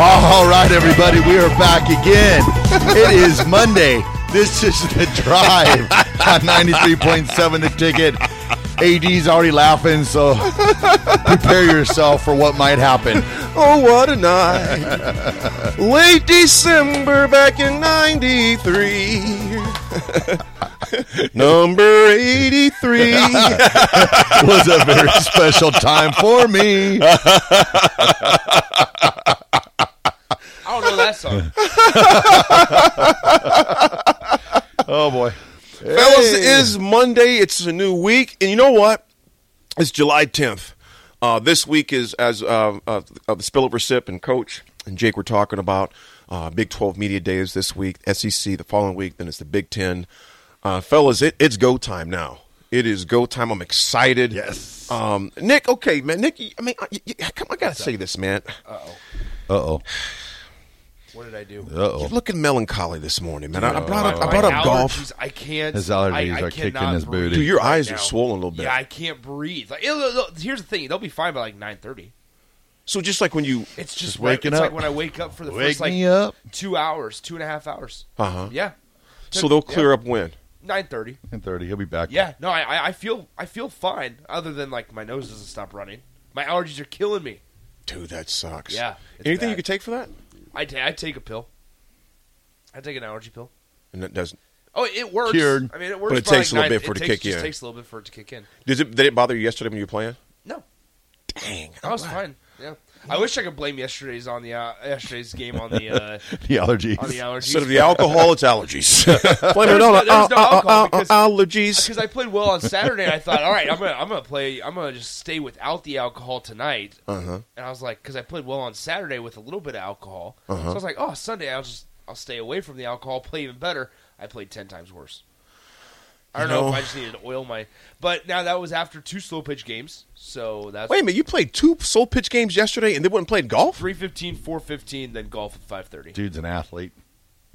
All right, everybody, we are back again. It is Monday. This is the drive on 93.7 the ticket. AD's already laughing, so prepare yourself for what might happen. Oh, what a night. Late December back in 93. Number 83. was a very special time for me. I don't know that song. Oh boy. Fellas, it is Monday. It's a new week. And you know what? It's July 10th. Uh, this week is, as uh, uh, uh, the spillover sip and coach and Jake were talking about, uh, Big 12 Media Day is this week, SEC the following week, then it's the Big 10. Uh, fellas, it, it's go time now. It is go time. I'm excited. Yes. Um, Nick, okay, man. Nick, I mean, I, I, come, I got to say this, man. Uh oh. What did I do? Uh oh. You're looking melancholy this morning, man. I, I brought up, I brought My up golf. allergies, I can't. His allergies I, I are kicking cannot his breathe booty. Dude, your eyes now. are swollen a little bit. Yeah, I can't breathe. Like, it- look, look, here's the thing: they'll be fine by like 9:30. So just like when you, It's just, Just waking it's up. Like when I wake up for the Wake first like me up. two hours, two and a half hours. Uh-huh. Yeah. so they'll clear up when. Nine thirty. 10:30. He'll be back. Yeah, no, I, I- I feel I feel fine. Other than like my nose doesn't stop running. My allergies are killing me. Dude, that sucks. Yeah, it's Anything bad. you could take for that? I ta- I take a pill. I take an allergy pill. And that doesn't. Oh, it works. Cured. I mean, it works. But it by, takes like, a little nine- bit for it to takes- kick just in. Takes a little bit for it to kick in. Did it, did it bother you yesterday when you were playing? No, Dang. I was fine. Yeah, I wish I could blame yesterday's on the uh, yesterday's game on the uh, The allergies. on the allergies. Instead of the alcohol, it's allergies. Blame it There's no- on there's no uh, uh, alcohol uh, uh, because- allergies. because I played well on Saturday, and I thought, all right, I'm gonna I'm gonna play, I'm gonna just stay without the alcohol tonight. Uh-huh. And I was like, because I played well on Saturday with a little bit of alcohol, Uh-huh. so I was like, oh, Sunday I'll just I'll stay away from the alcohol, play even better. I played ten times worse. I don't know, No. if I just needed to oil my, but now that was after two slow pitch games, so that's Wait a minute, you played two soul pitch games yesterday and they went and played golf? 315, 415, then golf at five thirty. Dude's an athlete.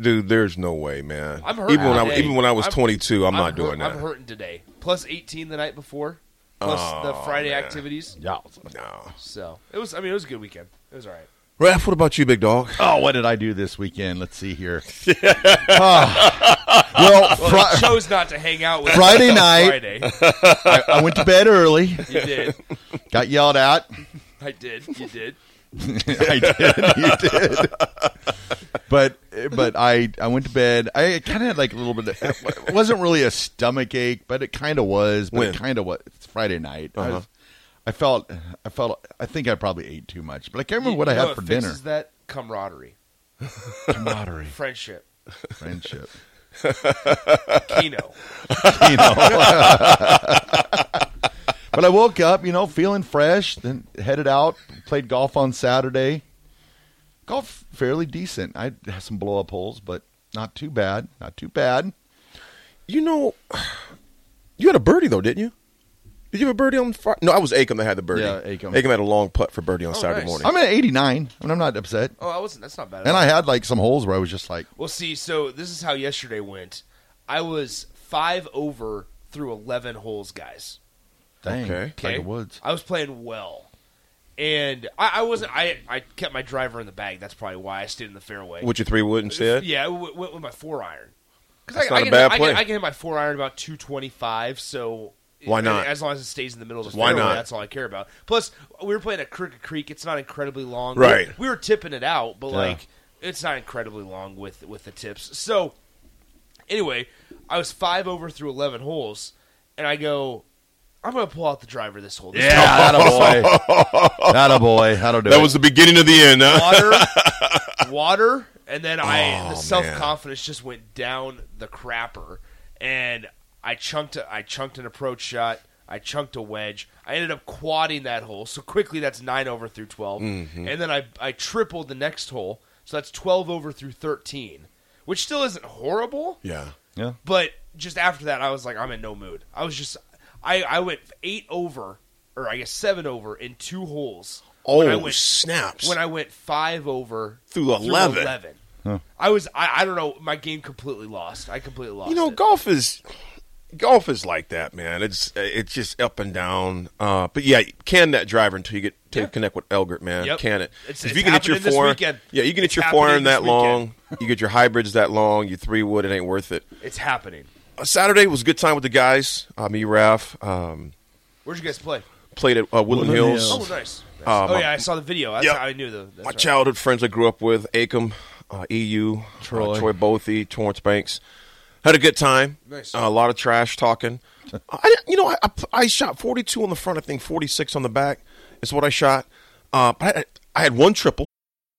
Dude, there's no way, man. I'm hurt even when I today. even when I was I'm- 22, I'm, not hurt- doing that. I'm hurting today. Plus 18 the night before. Plus the Friday activities. Yeah. Oh, No. So it was. I mean, it was a good weekend. It was all right. Raph, what about you, big dog? Oh, what did I do this weekend? Let's see here. Ah. well, Well, Fri- I chose not to hang out with Friday on night. Friday, I, I went to bed early. you did. Got yelled at. I did. You did. I did. You did. But but I I went to bed. I kind of had like a little bit. Of, it wasn't really a stomach ache, but it kind of was. But When? it kind of was. It's Friday night. Uh-huh. I, was- I felt I felt I think I probably ate too much, but I can't remember what I You know had for dinner. fixes That camaraderie. Camaraderie. Friendship. Friendship. Kino. You know. but I woke up, you know, feeling fresh, then headed out, played golf on Saturday. Golf fairly decent. I had some blow up holes, but not too bad. Not too bad. You know, you had a birdie though, didn't you? Did you have a birdie on Friday? No, I was Acom that had the birdie. Yeah, Acom. Acom had a long putt for birdie on Saturday nice. morning. I'm at 89, and I'm not upset. Oh, I wasn't. That's not bad. At And all. I had like some holes where I was just like, Well, see, so this is how yesterday went. I was five over through eleven holes, guys. dang, Okay. Tiger Woods. I was playing well, and I, I wasn't. I I kept my driver in the bag. That's probably why I stayed in the fairway. With your three wood instead. yeah, I w- went with my four iron. That's Because not I, a can, bad I, play. Can, I can hit my four iron about two twenty five. So Why not? As long as it stays in the middle of the Why fairway, not? that's all I care about. Plus, we were playing at Crooked Creek. It's not incredibly long. Right. We, we were tipping it out, but like it's not incredibly long with with the tips. So anyway, I was five over through eleven holes, and I go, I'm gonna pull out the driver this hole. This Yeah, that a boy. that a boy. That'll do That it. was the beginning of the end, huh? water, water, and then I Oh, the man. self confidence just went down the crapper, and I chunked a, I chunked an approach shot, I chunked a wedge, I ended up quadding that hole. So quickly, that's nine over through 12 Mm-hmm. and then I I tripled the next hole, so that's twelve over through thirteen, which still isn't horrible. Yeah. yeah. But just after that, I was like, I'm in no mood. I was just, I, I went eight over, or I guess seven over in two holes. Oh, when I went, snaps. When I went five over Through 11. I was, I, I don't know, my game completely lost. I completely lost. You know, it. golf is golf is like that, man. It's it's just up and down. Uh, but yeah, can that driver until you get to Yeah. connect with Elgert, man. Yep. Can it? It's- if it's you can hit your happening this four, weekend. yeah, you can It's hit your happening four iron this that long. You get your hybrids that long. Your three wood, it ain't worth it. it's happening. Uh, Saturday was a good time with the guys. Uh, me, Raf, um, Where'd you guys play? played at uh, Woodland, Woodland Hills. Oh, Hills. nice. Nice. Uh, oh my- yeah, I saw the video. That's Yeah. how I knew the. That's my right. childhood friends I grew up with, Acom, uh, EU, Troy, Troy. uh, Troy Bothy, Torrance Banks. Had a good time. Nice. Uh, a lot of trash talking. I, didn't- you know, I, I, I shot 42 on the front, I think 46 on the back is what I shot. Uh, but I, I had one triple.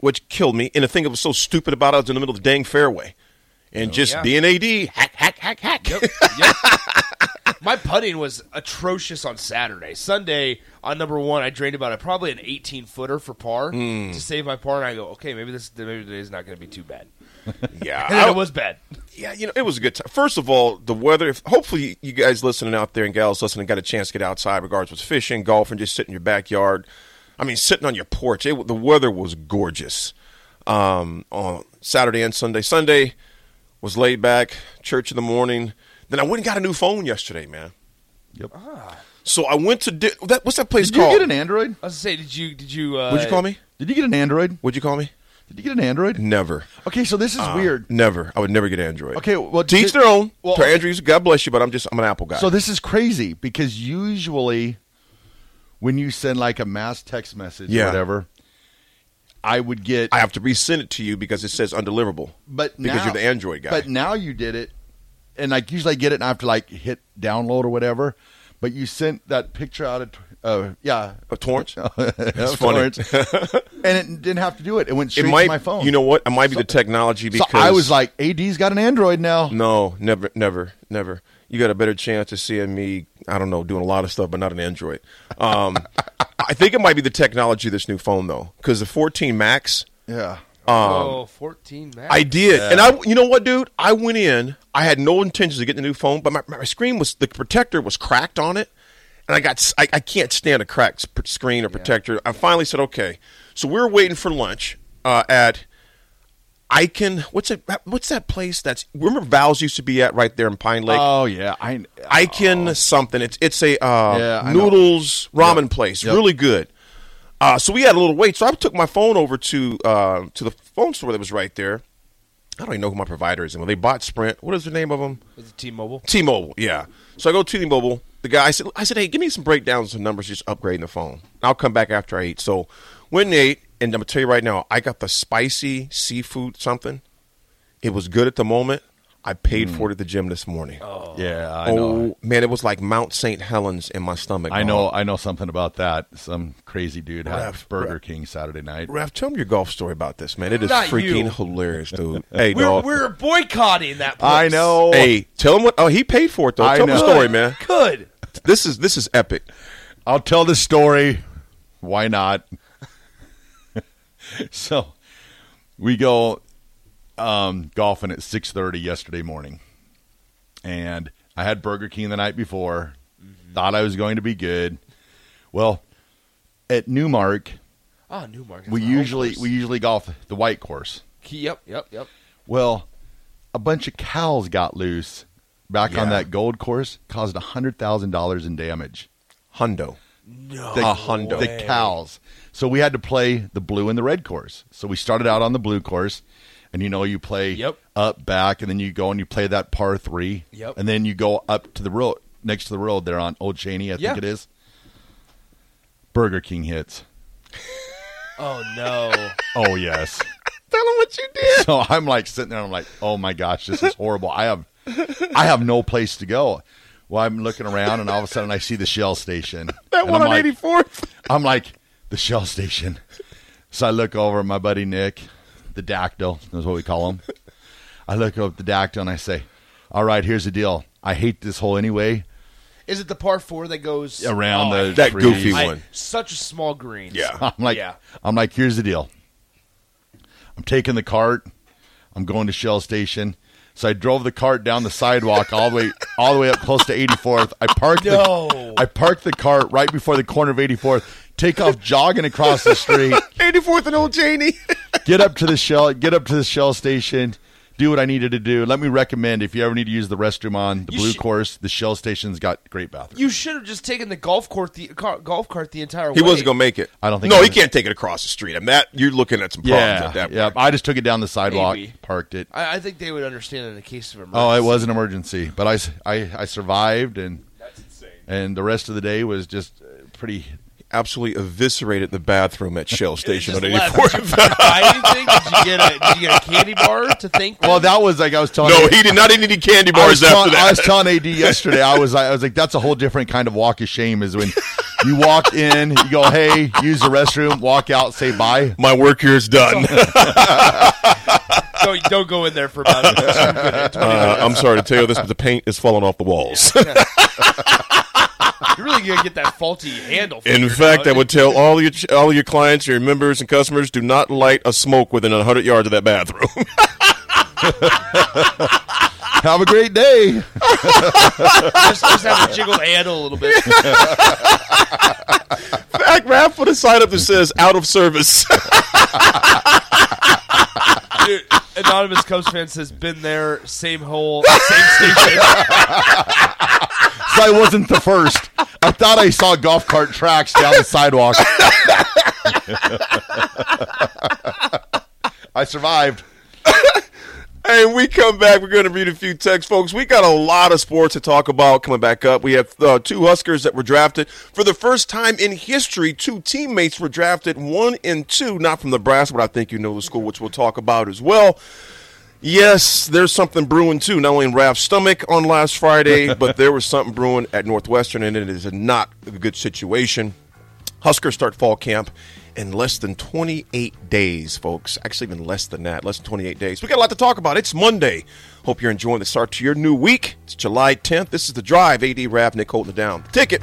which killed me. And the thing that was so stupid about it, I was in the middle of the dang fairway. And just Oh, yeah. being AD, hack, hack, hack, hack. Yep, yep. My putting was atrocious on Saturday. Sunday on number one, I drained about a, probably an 18 footer for par Hmm. to save my par, and I go, okay, maybe this maybe today's not going to be too bad. Yeah. And then I- it was bad. Yeah, you know, it was a good time. First of all, the weather. If, hopefully, you guys listening out there and gals listening got a chance to get outside, regardless was fishing, golfing, just sitting in your backyard. I mean, sitting on your porch. It, the weather was gorgeous um, on Saturday and Sunday. Sunday was laid back, church in the morning. Then I went and got a new phone yesterday, man. Ah. Yep. So I went to di- that. What's that place Did called? you get an Android? I was gonna say, did you did you? Uh, Would you call me? Did you get an Android? Would you call me? Did you get an Android? Never. Okay, so this is weird. Never. I would never get Android. Okay, well, to each did- their own. well, to okay. Andrews, God bless you, but I'm just I'm an Apple guy. So this is crazy because usually when you send like a mass text message Yeah. or whatever, I would get I have to resend it to you because it says undeliverable. but because now- you're the Android guy. But now you did it and like usually I get it and I have to like hit download or whatever, but you sent that picture out of tw- uh, yeah, a torrent. That's funny. and it didn't have to do it. It went it straight might. to my phone. You know what? It might be the technology So because I was like, AD's got an Android now. no, never, never, never. You got a better chance of seeing me. I don't know, doing a lot of stuff, but not an Android. Um, I think it might be the technology of this new phone though, because the 14 Max. Yeah. oh, 14 max. I did, and I, you know what, dude? I went in. I had no intentions of getting a new phone, but my, my screen was the protector was cracked on it, and I got s- I, I can't stand a cracked sp- screen or protector. I finally said, okay. So we were waiting for lunch uh, at Icon. What's it? What's that place? That's remember Val's used to be at right there in Pine Lake. oh yeah, I Iken something. It's it's a uh, Oh. Yeah, I know. noodles ramen Yep. place. Yep. Really good. Uh, so we had a little wait. So I took my phone over to uh, to the phone store that was right there. I don't even know who my provider is. And when they bought Sprint, what is the name of them? Was it T-Mobile? T-Mobile. Yeah. So I go to T-Mobile. The guy I said, I said, hey, give me some breakdowns of numbers. Just upgrading the phone. I'll come back after I eat. So when they ate, and I'm gonna tell you right now, I got the spicy seafood something. It was good at the moment. I paid Hmm. for it at the gym this morning. yeah, I know. Oh man, it was like Mount St. Helens in my stomach. I dog. know, I know something about that. Some crazy dude had Ref- Burger ref- King Saturday night. Raph, tell me your golf story about this, man. It is Not freaking you. hilarious, dude. hey, We're, dog. we're boycotting that place. I know. hey, tell him what. Oh, he paid for it though. I tell him the know. story, man. Good. This is this is epic. I'll tell the story. Why not? so we go um, golfing at six thirty yesterday morning, and I had Burger King the night before. Mm-hmm. Thought I was going to be good. Well, at Newmark, Ah, Newmark. that's we my home usually course. we usually golf the white course. Yep, yep, yep. Well, a bunch of cows got loose back on that gold course, caused hundred thousand dollars in damage. Hundo. Oh, The, A hundo. the cows. So we had to play the blue and the red course. So we started out on the blue course, and you know you play Yep. up back, and then you go and you play that par three, Yep. and then you go up to the road next to the road there on Old Cheney, I Yeah. think it is. Burger King hits. Oh no. Oh yes. Tell him what you did. so I'm like sitting there. I'm like, oh my gosh, this is horrible. I have, I have no place to go. Well, I'm looking around, and all of a sudden, I see the Shell station. That And one I'm on like- eighty fourth. I'm like the Shell station. So I look over at my buddy Nick, the dactyl. That's what we call him. I look over at the dactyl and I say, "All right, here's the deal. I hate this hole anyway. Is it the par four that goes Around Oh, the That trees. goofy I- one. Such a small green. Yeah. I'm like, Yeah. I'm like, here's the deal. I'm taking the cart. I'm going to Shell Station. So I drove the cart down the sidewalk all the way, all the way up close to 84th. I parked No. the, I parked the cart right before the corner of 84th. Take off jogging across the street. Eighty fourth and old Janie. Get up to the Shell. Get up to the Shell Station. Do what I needed to do. Let me recommend if you ever need to use the restroom on the You blue should- course, the Shell Station's got great bathrooms. You should have just taken the golf court the car, golf cart the entire he way. wasn't gonna make it. I don't think No, he he was. can't take it across the street. I mean, that you're looking at some problems yeah, at that. yeah. point. I just took it down the sidewalk, Maybe. parked it. I, I think they would understand in a case of emergency. Oh, it was an emergency, but I, s- I- I survived, and and the rest of the day was just uh, pretty. Absolutely eviscerated the bathroom at Shell Station Just on eighty left. fourth. Did you buy anything? Did you get a, did you get a candy bar to think? Well, that was like I was telling. No, you- he did not eat any candy I was, bars telling, after that. I was telling AD yesterday. I was like, I was like, that's a whole different kind of walk of shame. Is when you walk in, you go, hey, use the restroom, walk out, say bye. My work here is done. don't, don't go in there for about two minutes. Uh, I'm sorry to tell you this, but the paint is falling off the walls. You're really gonna get that faulty handle. In figured fact, out. I would tell all your all your clients, your members, and customers: do not light a smoke within 100 yards of that bathroom. Have a great day. just, just have to jiggle the handle a little bit. In fact, Raph put a sign up that says "out of service." Dude, anonymous Cubs fan says, "Been there, same hole, same station." So I wasn't the first. I thought I saw golf cart tracks down the sidewalk. I survived. and we come back. We're going to read a few texts, folks. We got a lot of sports to talk about coming back up. We have uh, two Huskers that were drafted for the first time in history. Two teammates were drafted, one and two, not from Nebraska, but I think you know the school, which we'll talk about as well. Yes, there's something brewing too, not only in Raph's stomach on last Friday, but there was something brewing at Northwestern, and it is not a good situation. Huskers start fall camp in less than 28 days, folks. Actually, even less than that, less than 28 days. We got a lot to talk about. It's Monday. Hope you're enjoying the start to your new week. It's July 10th. This is the drive. AD Raph, Nick holding it down. Ticket.